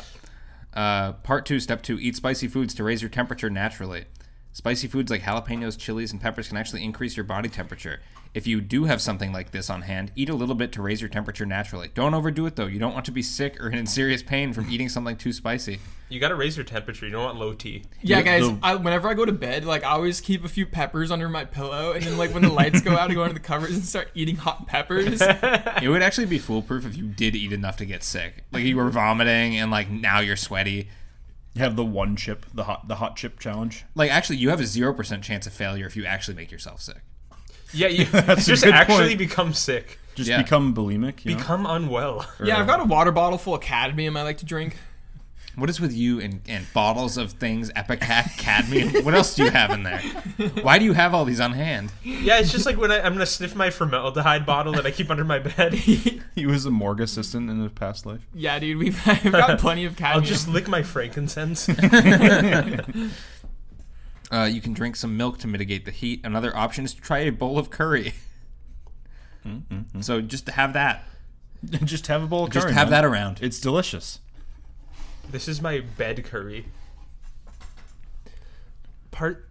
Uh, part two, step two: eat spicy foods to raise your temperature naturally. Spicy foods like jalapenos, chilies, and peppers can actually increase your body temperature. If you do have something like this on hand, eat a little bit to raise your temperature naturally. Don't overdo it though. You don't want to be sick or in serious pain from eating something too spicy. You gotta raise your temperature. You don't want low tea. Yeah, You- guys. the- I, whenever I go to bed, like I always keep a few peppers under my pillow, and then like when the lights go out, I go under the covers and start eating hot peppers. It would actually be foolproof if you did eat enough to get sick. Like you were vomiting and like now you're sweaty. You have the one chip, the hot, the hot chip challenge. Like actually you have a 0% chance of failure if you actually make yourself sick. Yeah, you a just good actually point. become sick. Just Yeah. become bulimic. You know? Become unwell. yeah, I've got a water bottle full of cadmium I like to drink. What is with you and, and bottles of things, Epicac, cadmium? What else do you have in there? Why do you have all these on hand? Yeah, it's just like when I, I'm gonna sniff my formaldehyde bottle that I keep under my bed. he was a morgue assistant in his past life. Yeah, dude, we've I've got plenty of cadmium. I'll just lick my frankincense. Uh, you can drink some milk to mitigate the heat. Another option is to try a bowl of curry. So just have that. just have a bowl of Just curry, have man. that around. It's delicious. This is my bed curry. Part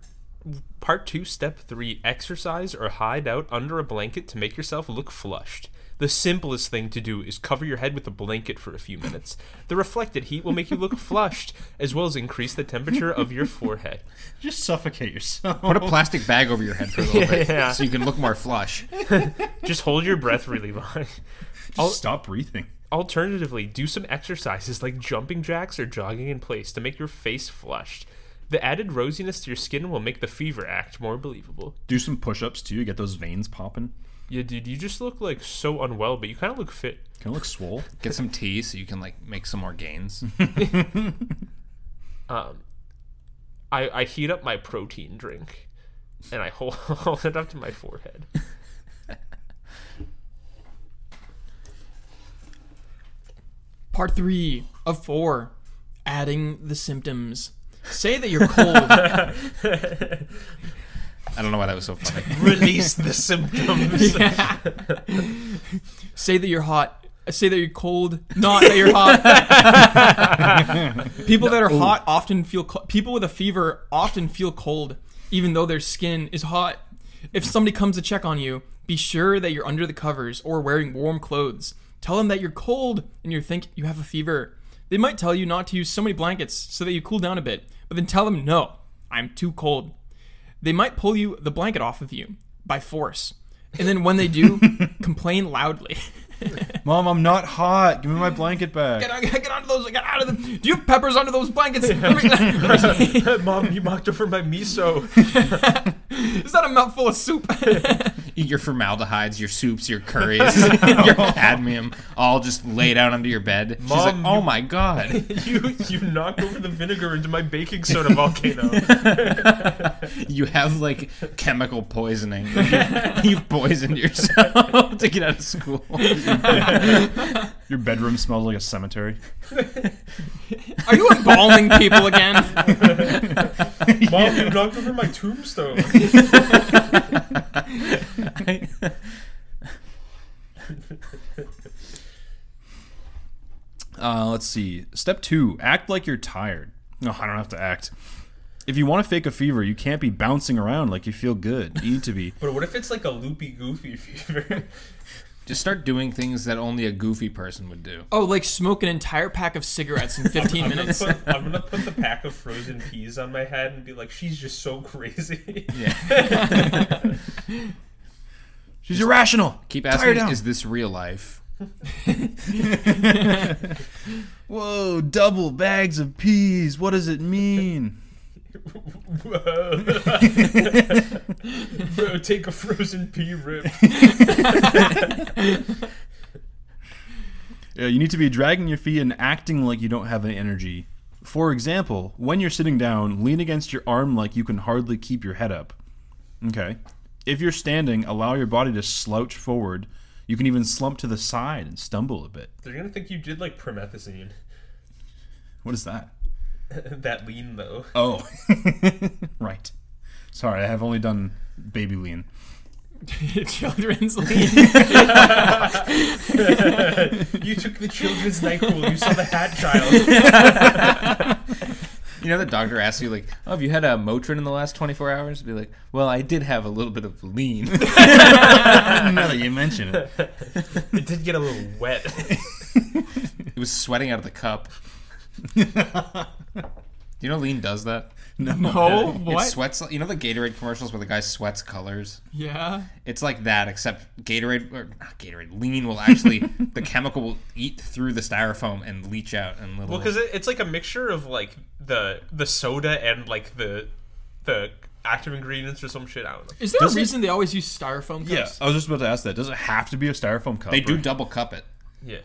part 2 step 3 exercise or hide out under a blanket to make yourself look flushed. The simplest thing to do is cover your head with a blanket for a few minutes. The reflected heat will make you look flushed as well as increase the temperature of your forehead. Just suffocate yourself. Put a plastic bag over your head for a little bit Yeah. so you can look more flush. Just hold your breath really long. Just stop breathing. Alternatively, do some exercises like jumping jacks or jogging in place to make your face flushed. The added rosiness to your skin will make the fever act more believable. Do some push-ups too. Get those veins popping. Yeah, dude, you just look like so unwell, but you kind of look fit. Kind of look swole. Get some tea so you can like make some more gains. Um, I I heat up my protein drink, and I hold, hold it up to my forehead. Part three of four adding the symptoms. Say that you're cold. I don't know why that was so funny. Release the symptoms. Say that you're hot. Say that you're cold. Not that you're hot. people that are hot often feel. Co- people with a fever often feel cold, even though their skin is hot. If somebody comes to check on you, be sure that you're under the covers or wearing warm clothes. Tell them that you're cold and you think you have a fever. They might tell you not to use so many blankets so that you cool down a bit, but then tell them no, I'm too cold. They might pull you the blanket off of you by force. And then when they do, complain loudly. Mom, I'm not hot. Give me my blanket back. get, on, get onto those. Get out of them. Do you have peppers under those blankets? Let me- let me- Mom, you mocked over my miso. Is that a mouthful of soup? Eat your formaldehydes, your soups, your curries, your cadmium, all just laid out under your bed. She's like, Mom, oh you- my god, You you knocked over the vinegar into my baking soda volcano. you have like chemical poisoning. Like, you- You've poisoned yourself to get out of school. Your bedroom smells like a cemetery. Are you embalming people again? Mom, you knocked over my tombstone. Uh, let's see. Step two: act like you're tired. No, I don't have to act. If you want to fake a fever, you can't be bouncing around like you feel good. You need to be. But what if it's like a loopy goofy fever? Just start doing things that only a goofy person would do. Oh, like smoke an entire pack of cigarettes in 15 I'm gonna, minutes. put, I'm gonna put the pack of frozen peas on my head and be like, she's just so crazy. She's irrational. Keep Tire asking, down. is this real life? Whoa! Double bags of peas. What does it mean? Whoa. Bro, take a frozen pea rip. Yeah, Uh, you need to be dragging your feet and acting like you don't have any energy. For example, when you're sitting down, lean against your arm like you can hardly keep your head up. Okay. If you're standing, allow your body to slouch forward. You can even slump to the side and stumble a bit. They're gonna think you did like promethazine. What is that? Oh. that lean though. Oh. right. Sorry, I have only done baby lean. Children's lean. you took the children's NyQuil. You saw the hat child. You know, the doctor asks you, like, oh, have you had a Motrin in the last 24 hours? Be like, well, I did have a little bit of lean. now that you mention it, It did get a little wet. It was sweating out of the cup. Do you know lean does that? no, It what? sweats. You know the Gatorade commercials where the guy sweats colors? yeah. It's like that, except Gatorade, or not Gatorade, lean will actually, the chemical will eat through the styrofoam and leach out and little. Well, because it, it's like a mixture of like the the soda and like the the active ingredients or some shit. I don't know. Is there a reason they always use styrofoam cups? yeah, I was just about to ask that. Does it have to be a styrofoam cup? they do or- double cup it. Yeah,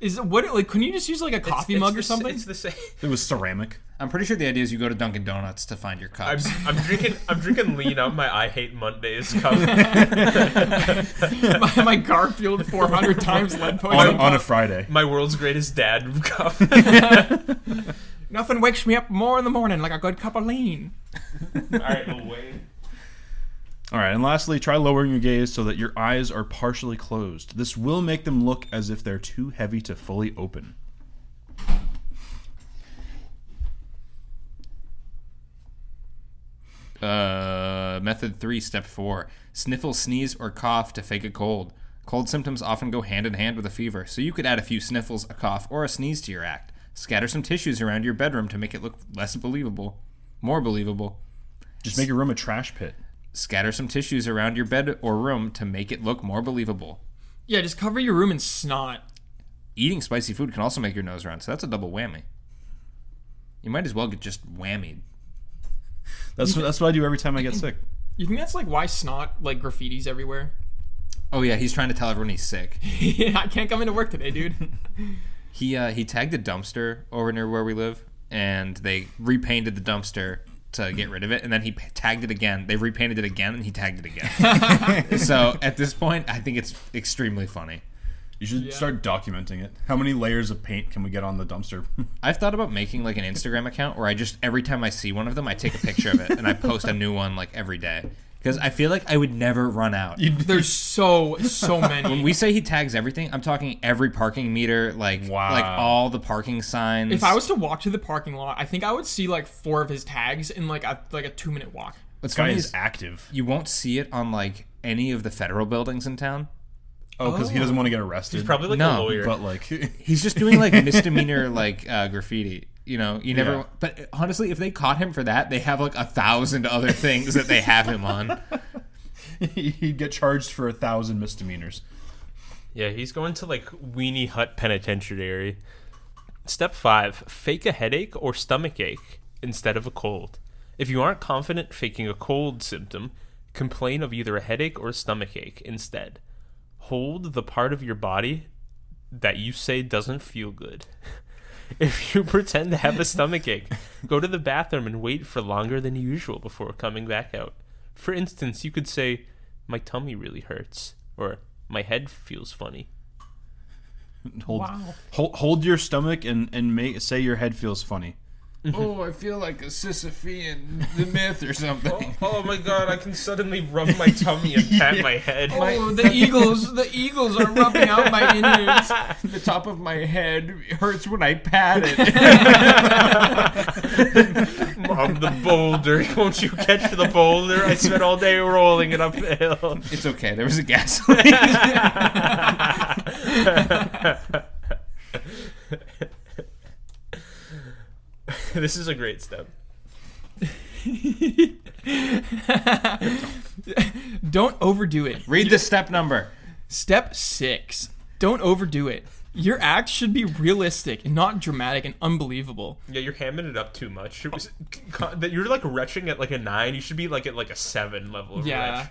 Is it, what like? Can you just use like a coffee It's mug the or s- something? It's the same. It was ceramic. I'm pretty sure the idea is you go to Dunkin' Donuts to find your I'm, cups. I'm drinking. I'm drinking lean on my I hate Mondays cup. my, my Garfield 400 times lead On, poisoning. on a Friday. My world's greatest dad cup. Nothing wakes me up more in the morning like a good cup of lean. All right, well, Wayne. All right, and lastly, try lowering your gaze so that your eyes are partially closed. This will make them look as if they're too heavy to fully open. Uh, method three, step four: sniffle, sneeze, or cough to fake a cold. Cold symptoms often go hand in hand with a fever, so you could add a few sniffles, a cough, or a sneeze to your act. Scatter some tissues around your bedroom to make it look less believable, more believable. Just make your room a trash pit. Scatter some tissues around your bed or room to make it look more believable. Yeah, just cover your room in snot. Eating spicy food can also make your nose run, so that's a double whammy. You might as well get just whammied. That's what, that's what I do every time I get sick. You think that's like why snot like graffiti's everywhere? Oh yeah, he's trying to tell everyone he's sick. yeah, I can't come into work today, dude. He uh, he tagged a dumpster over near where we live, and they repainted the dumpster to get rid of it, and then he p- tagged it again. They repainted it again, and he tagged it again. so at this point, I think it's extremely funny. You should start documenting it. How many layers of paint can we get on the dumpster? I've thought about making like an Instagram account where I just every time I see one of them, I take a picture of it and I post a new one like every day because I feel like I would never run out. There's so so many. we say he tags everything. I'm talking every parking meter, like Wow. like all the parking signs. if I was to walk to the parking lot, I think I would see like four of his tags in like a like a two minute walk. what's Guy funny is is active. you won't see it on like any of the federal buildings in town. Oh, because he doesn't want to get arrested. He's probably like a No, lawyer. But like, He's just doing like misdemeanor like uh, graffiti. You know, you never. Yeah. But uh, honestly, if they caught him for that, they have like a thousand other things that they have him on. he'd get charged for a thousand misdemeanors. Yeah, he's going to like Weenie Hut Penitentiary. Step five: fake a headache or stomach ache instead of a cold. If you aren't confident faking a cold symptom, complain of either a headache or a stomach ache instead. Hold the part of your body that you say doesn't feel good. If you pretend to have a stomach ache, go to the bathroom and wait for longer than usual before coming back out. For instance, you could say, "My tummy really hurts," or "My head feels funny." Hold, Wow. hold, hold your stomach and and make say your head feels funny. oh, I feel like a Sisyphean the myth or something. Oh my god, I can suddenly rub my tummy and pat my head. Oh, the eagles! The eagles are rubbing out my innards. The top of my head hurts when I pat it. Mom, the boulder. Won't you catch the boulder? I spent all day rolling it up the hill. it's okay. There was a gas leak. this is a great step. Don't overdo it. Read the step number. Step six: Don't overdo it. Your act should be realistic and not dramatic and unbelievable. Yeah, you're hamming it up too much. It was, that you're like retching at like a nine. You should be like at like a seven level. Of Yeah.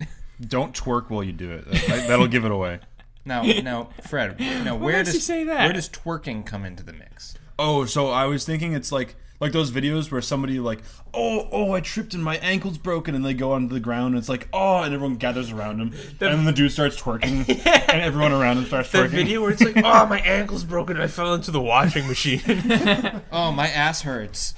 retch. Don't twerk while you do it. That- that'll give it away. Now, now, Fred. Now, where makes does you say that? where does twerking come into the mix? Oh, so I was thinking it's like Like those videos where somebody like, oh, oh, I tripped and my ankle's broken, and they go onto the ground and it's like, oh, and everyone gathers around him, and then the dude starts twerking, and everyone around him starts That twerking. video where it's like, oh, my ankle's broken and I fell into the washing machine. Oh, my ass hurts.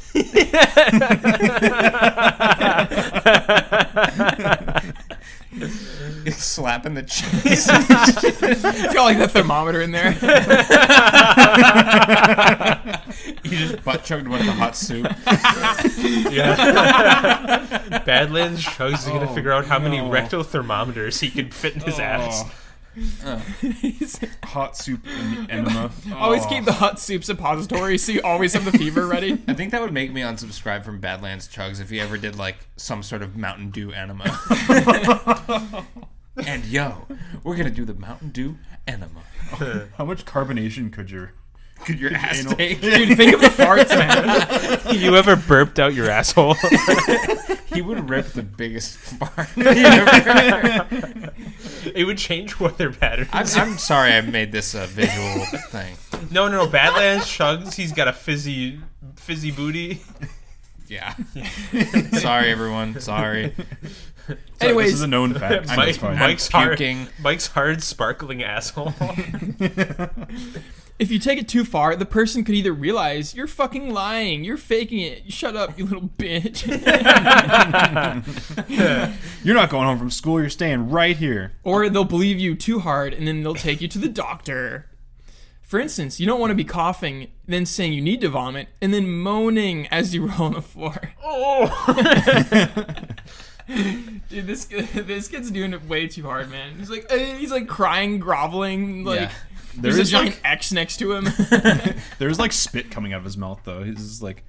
it's slapping the cheese. It's got like the thermometer in there. he just butt chugged one of the hot soup. yeah. Badlands shows is going to Oh, figure out how many no. rectal thermometers he can fit in his ass. Hot soup and enema. Always keep the hot soup suppository, so you always have the fever ready. I think that would make me unsubscribe from Badlands Chugs if he ever did like some sort of Mountain Dew enema. and yo, we're gonna do the Mountain Dew enema. How much carbonation could your Could your ass Anal- take? Dude, think of the farts, man. you ever burped out your asshole? He would rip the biggest fart. he ever- it would change weather patterns. I'm, I'm sorry I made this a visual thing. No, no, no. Badlands chugs. He's got a fizzy, fizzy booty. Yeah. sorry everyone. Sorry. Sorry, Anyways, this is a known fact. so it's Mike, fine. Mike's hard. Puking. Mike's hard, sparkling asshole. if you take it too far, the person could either realize you're fucking lying, you're faking it, shut up, you little bitch, You're not going home from school. You're staying right here. or they'll believe you too hard and then they'll take you to the doctor. For instance, you don't want to be coughing, then saying you need to vomit, and then moaning as you roll on the floor. oh. Dude, this this kid's doing it way too hard, man. He's like eh, he's like crying, groveling, like Yeah. there's There a is, giant X next to him. There's like spit coming out of his mouth though. He's just like,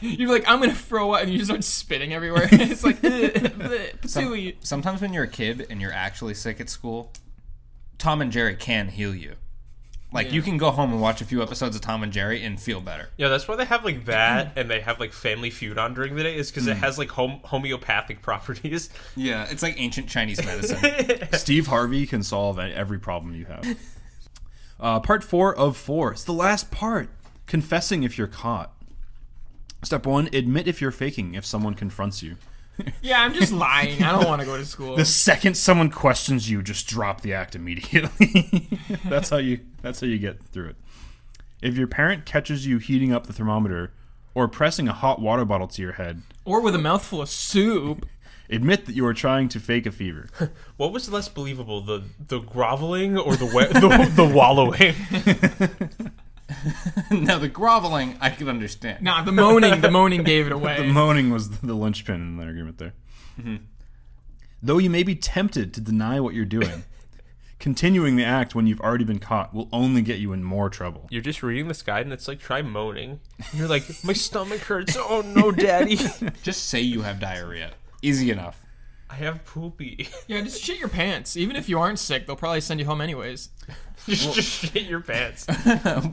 You're like, I'm gonna throw up, and you just start spitting everywhere. it's like, "Ugh, bleh, patooey. Sometimes when you're a kid and you're actually sick at school, Tom and Jerry can heal you. Like you can go home and watch a few episodes of Tom and Jerry and feel better. Yeah, that's why they have like that, and they have like Family Feud on during the day, is because it has like home- homeopathic properties. Yeah, it's like ancient Chinese medicine. Steve Harvey can solve every problem you have. Uh, part four of four. It's the last part. Confessing if you're caught. Step one: admit if you're faking. If someone confronts you, Yeah, I'm just lying. I don't want to go to school. the second someone questions you, just drop the act immediately. that's how you. That's how you get through it. If your parent catches you heating up the thermometer or pressing a hot water bottle to your head, or with a mouthful of soup. admit that you are trying to fake a fever. What was less believable, the the groveling or the we- the, the wallowing? now the groveling, I can understand. Nah, the moaning. The moaning gave it away. The moaning was the linchpin in that argument there. Though you may be tempted to deny what you're doing, continuing the act when you've already been caught will only get you in more trouble. You're just reading this guide, and it's like try moaning. And you're like, my stomach hurts. Oh no, daddy, Just say you have diarrhea. Easy enough. I have poopy. yeah, just shit your pants. Even if you aren't sick, they'll probably send you home anyways. just, just shit your pants. I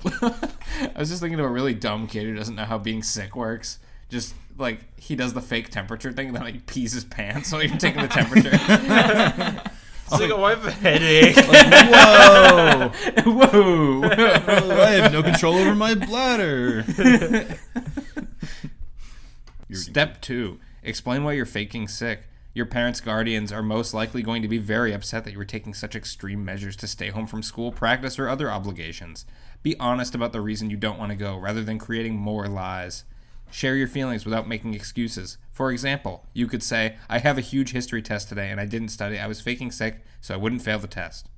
was just thinking of a really dumb kid who doesn't know how being sick works. Just like he does the fake temperature thing, then like pees his pants while you're taking the temperature. It's like, oh, I have a headache. Whoa! Whoa! I have no control over my bladder. Step two: explain why you're faking sick. Your parents' guardians are most likely going to be very upset that you were taking such extreme measures to stay home from school, practice, or other obligations. Be honest about the reason you don't want to go, rather than creating more lies. Share your feelings without making excuses. For example, you could say, I have a huge history test today and I didn't study. I was faking sick so I wouldn't fail the test.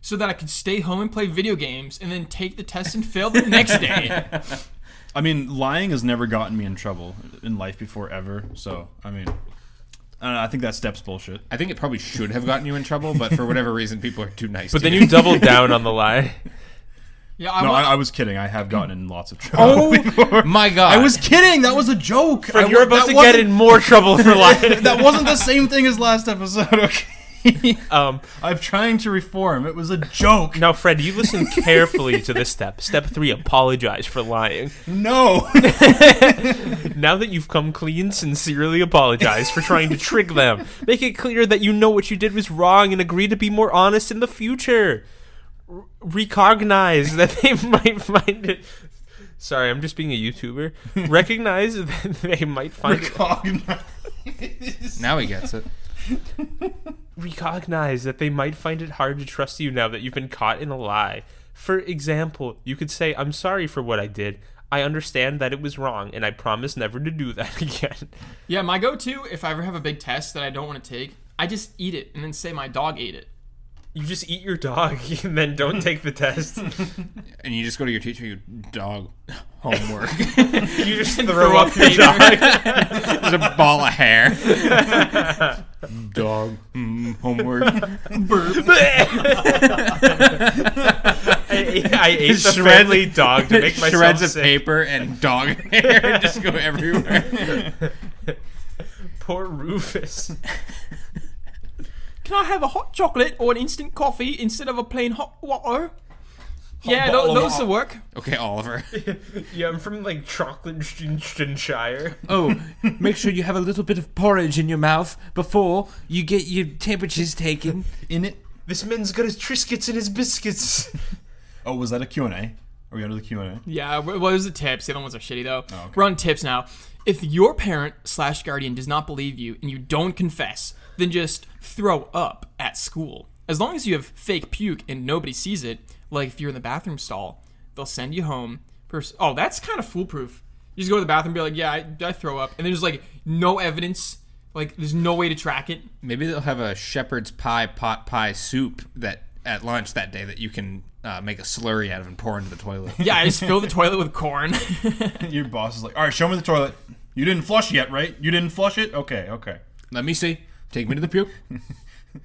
So that I could stay home and play video games, and then take the test and fail the next day. I mean, lying has never gotten me in trouble in life before ever. So, I mean, I don't know. I think that step's bullshit. I think it probably should have gotten you in trouble, but for whatever reason, people are too nice But to then you double down on the lie. Yeah, I No, want. I, I was kidding. I have gotten in lots of trouble. Oh my god. I was kidding. That was a joke. I But you're wa- about that to wasn't- get in more trouble for lying. that wasn't the same thing as last episode. Okay, um, I'm trying to reform. It was a joke. now, Fred, you listen carefully to this step. Step three: apologize for lying. No, Now that you've come clean, sincerely apologize for trying to trick them. Make it clear that you know what you did was wrong and agree to be more honest in the future. R- recognize that they might find it Sorry, I'm just being a YouTuber. Recognize that they might find Now he gets it. recognize that they might find it hard to trust you now that you've been caught in a lie. For example, you could say, I'm sorry for what I did. I understand that it was wrong, and I promise never to do that again. Yeah, my go-to if I ever have a big test that I don't want to take, I just eat it and then say my dog ate it. You just eat your dog and then don't take the test. And you just go to your teacher, you dog homework. You just throw up your dog. There's a ball of hair. dog mm, homework. I, I ate the Shreds- friendly dog to make myself Shreds of sick. paper and dog hair just go everywhere. Poor Rufus. Can I have a hot chocolate or an instant coffee instead of a plain hot water? yeah, tho- bottle of those wa- will work. Okay, Oliver. Yeah, I'm from like Trocklinshire. Oh, make sure you have a little bit of porridge in your mouth before you get your temperatures taken. In it. This man's got his triscuits and his biscuits. Oh, was that a Q and A? Are we under the Q and A? Yeah, wh- what was the tips? The other ones are shitty though. We're on tips now. If your parent slash guardian does not believe you and you don't confess, then just throw up at school. As long as you have fake puke and nobody sees it, like if you're in the bathroom stall, they'll send you home. Pers- oh, that's kind of foolproof. You just go to the bathroom and be like, yeah, I, I throw up. And there's like no evidence. Like there's no way to track it. Maybe they'll have a shepherd's pie pot pie soup that at lunch that day that you can uh, make a slurry out of and pour into the toilet. Yeah, I just fill the toilet with corn. Your boss is like, all right, show me the toilet. You didn't flush yet, right? You didn't flush it. Okay, okay. Let me see. Take me to the puke.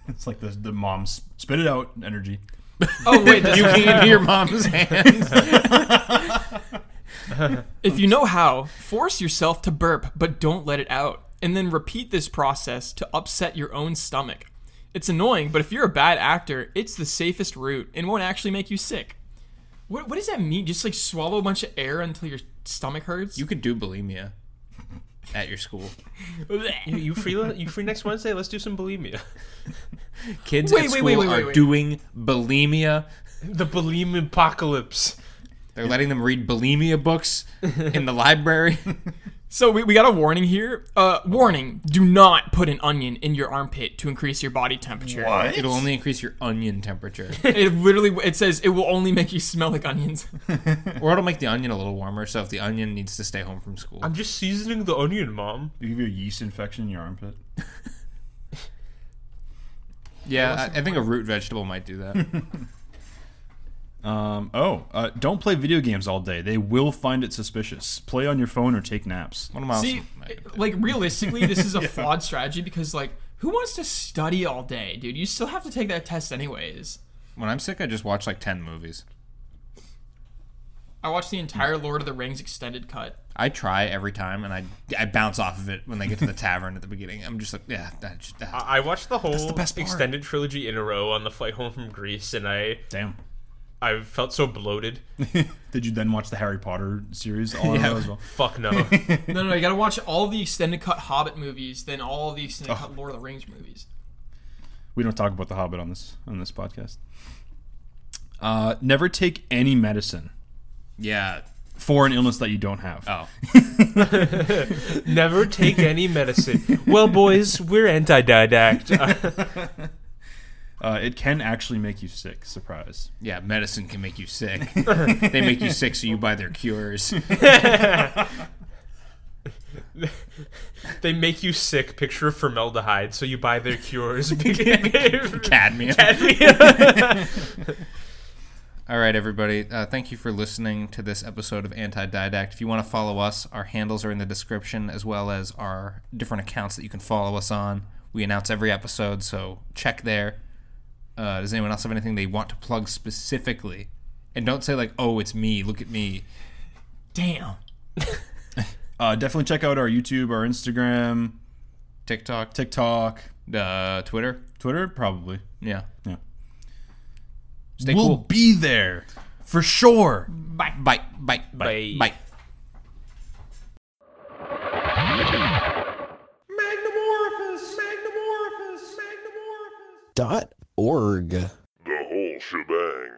It's like the the mom's spit it out energy. oh wait, that's You can into your mom's hands. If you know how, force yourself to burp, but don't let it out. And then repeat this process to upset your own stomach. It's annoying, but if you're a bad actor, it's the safest route and won't actually make you sick. What, what does that mean? Just like swallow a bunch of air until your stomach hurts? You could do bulimia at your school. wait, you free? You free next Wednesday? Let's do some bulimia. Kids Wait, at wait, school wait, wait, are wait, wait. doing bulimia. The bulimia apocalypse. They're letting them read bulimia books in the library. So we, we got a warning here. Uh, warning, do not put an onion in your armpit to increase your body temperature. What? It'll only increase your onion temperature, It literally, it says it will only make you smell like onions. or it'll make the onion a little warmer. So if the onion needs to stay home from school, I'm just seasoning the onion, mom. You give you a yeast infection in your armpit. yeah, I, I think a root vegetable might do that. Um, oh, uh, don't play video games all day. They will find it suspicious. Play on your phone or take naps. What am I? else See, am I gonna do? like realistically, this is a flawed strategy because like who wants to study all day, dude? You still have to take that test anyways. when I'm sick, I just watch like ten movies. I watched the entire Lord of the Rings extended cut. I try every time, and I I bounce off of it when they get to the tavern at the beginning. I'm just like, yeah, that, just- that. I I watched the whole best part. extended trilogy in a row on the flight home from Greece, and I Damn. I felt so bloated. Did you then watch the Harry Potter series all in a row as well? Fuck no. No, no, you gotta watch all the extended cut Hobbit movies, then all the extended cut Lord of the Rings movies. We don't talk about the Hobbit on this on this podcast. Uh, never take any medicine yeah. for an illness that you don't have. Oh, Never take any medicine. Well, boys, we're anti-didact. Uh, it can actually make you sick. Surprise. yeah. Medicine can make you sick. they make you sick, so you buy their cures. they make you sick. Picture of formaldehyde, so you buy their cures. Cadmium. All right, everybody. Uh, thank you for listening to this episode of Antididact. If you want to follow us, our handles are in the description, as well as our different accounts that you can follow us on. We announce every episode, so check there. Uh, does anyone else have anything they want to plug specifically? And don't say like, "Oh, it's me. Look at me." Damn. Uh, definitely check out our YouTube, our Instagram, TikTok, TikTok, uh, Twitter. Twitter, probably. Yeah. Yeah. Stay we'll cool. be there for sure. Bye. Bye. Bye. Bye. Bye. Bye. dot org. The whole shebang.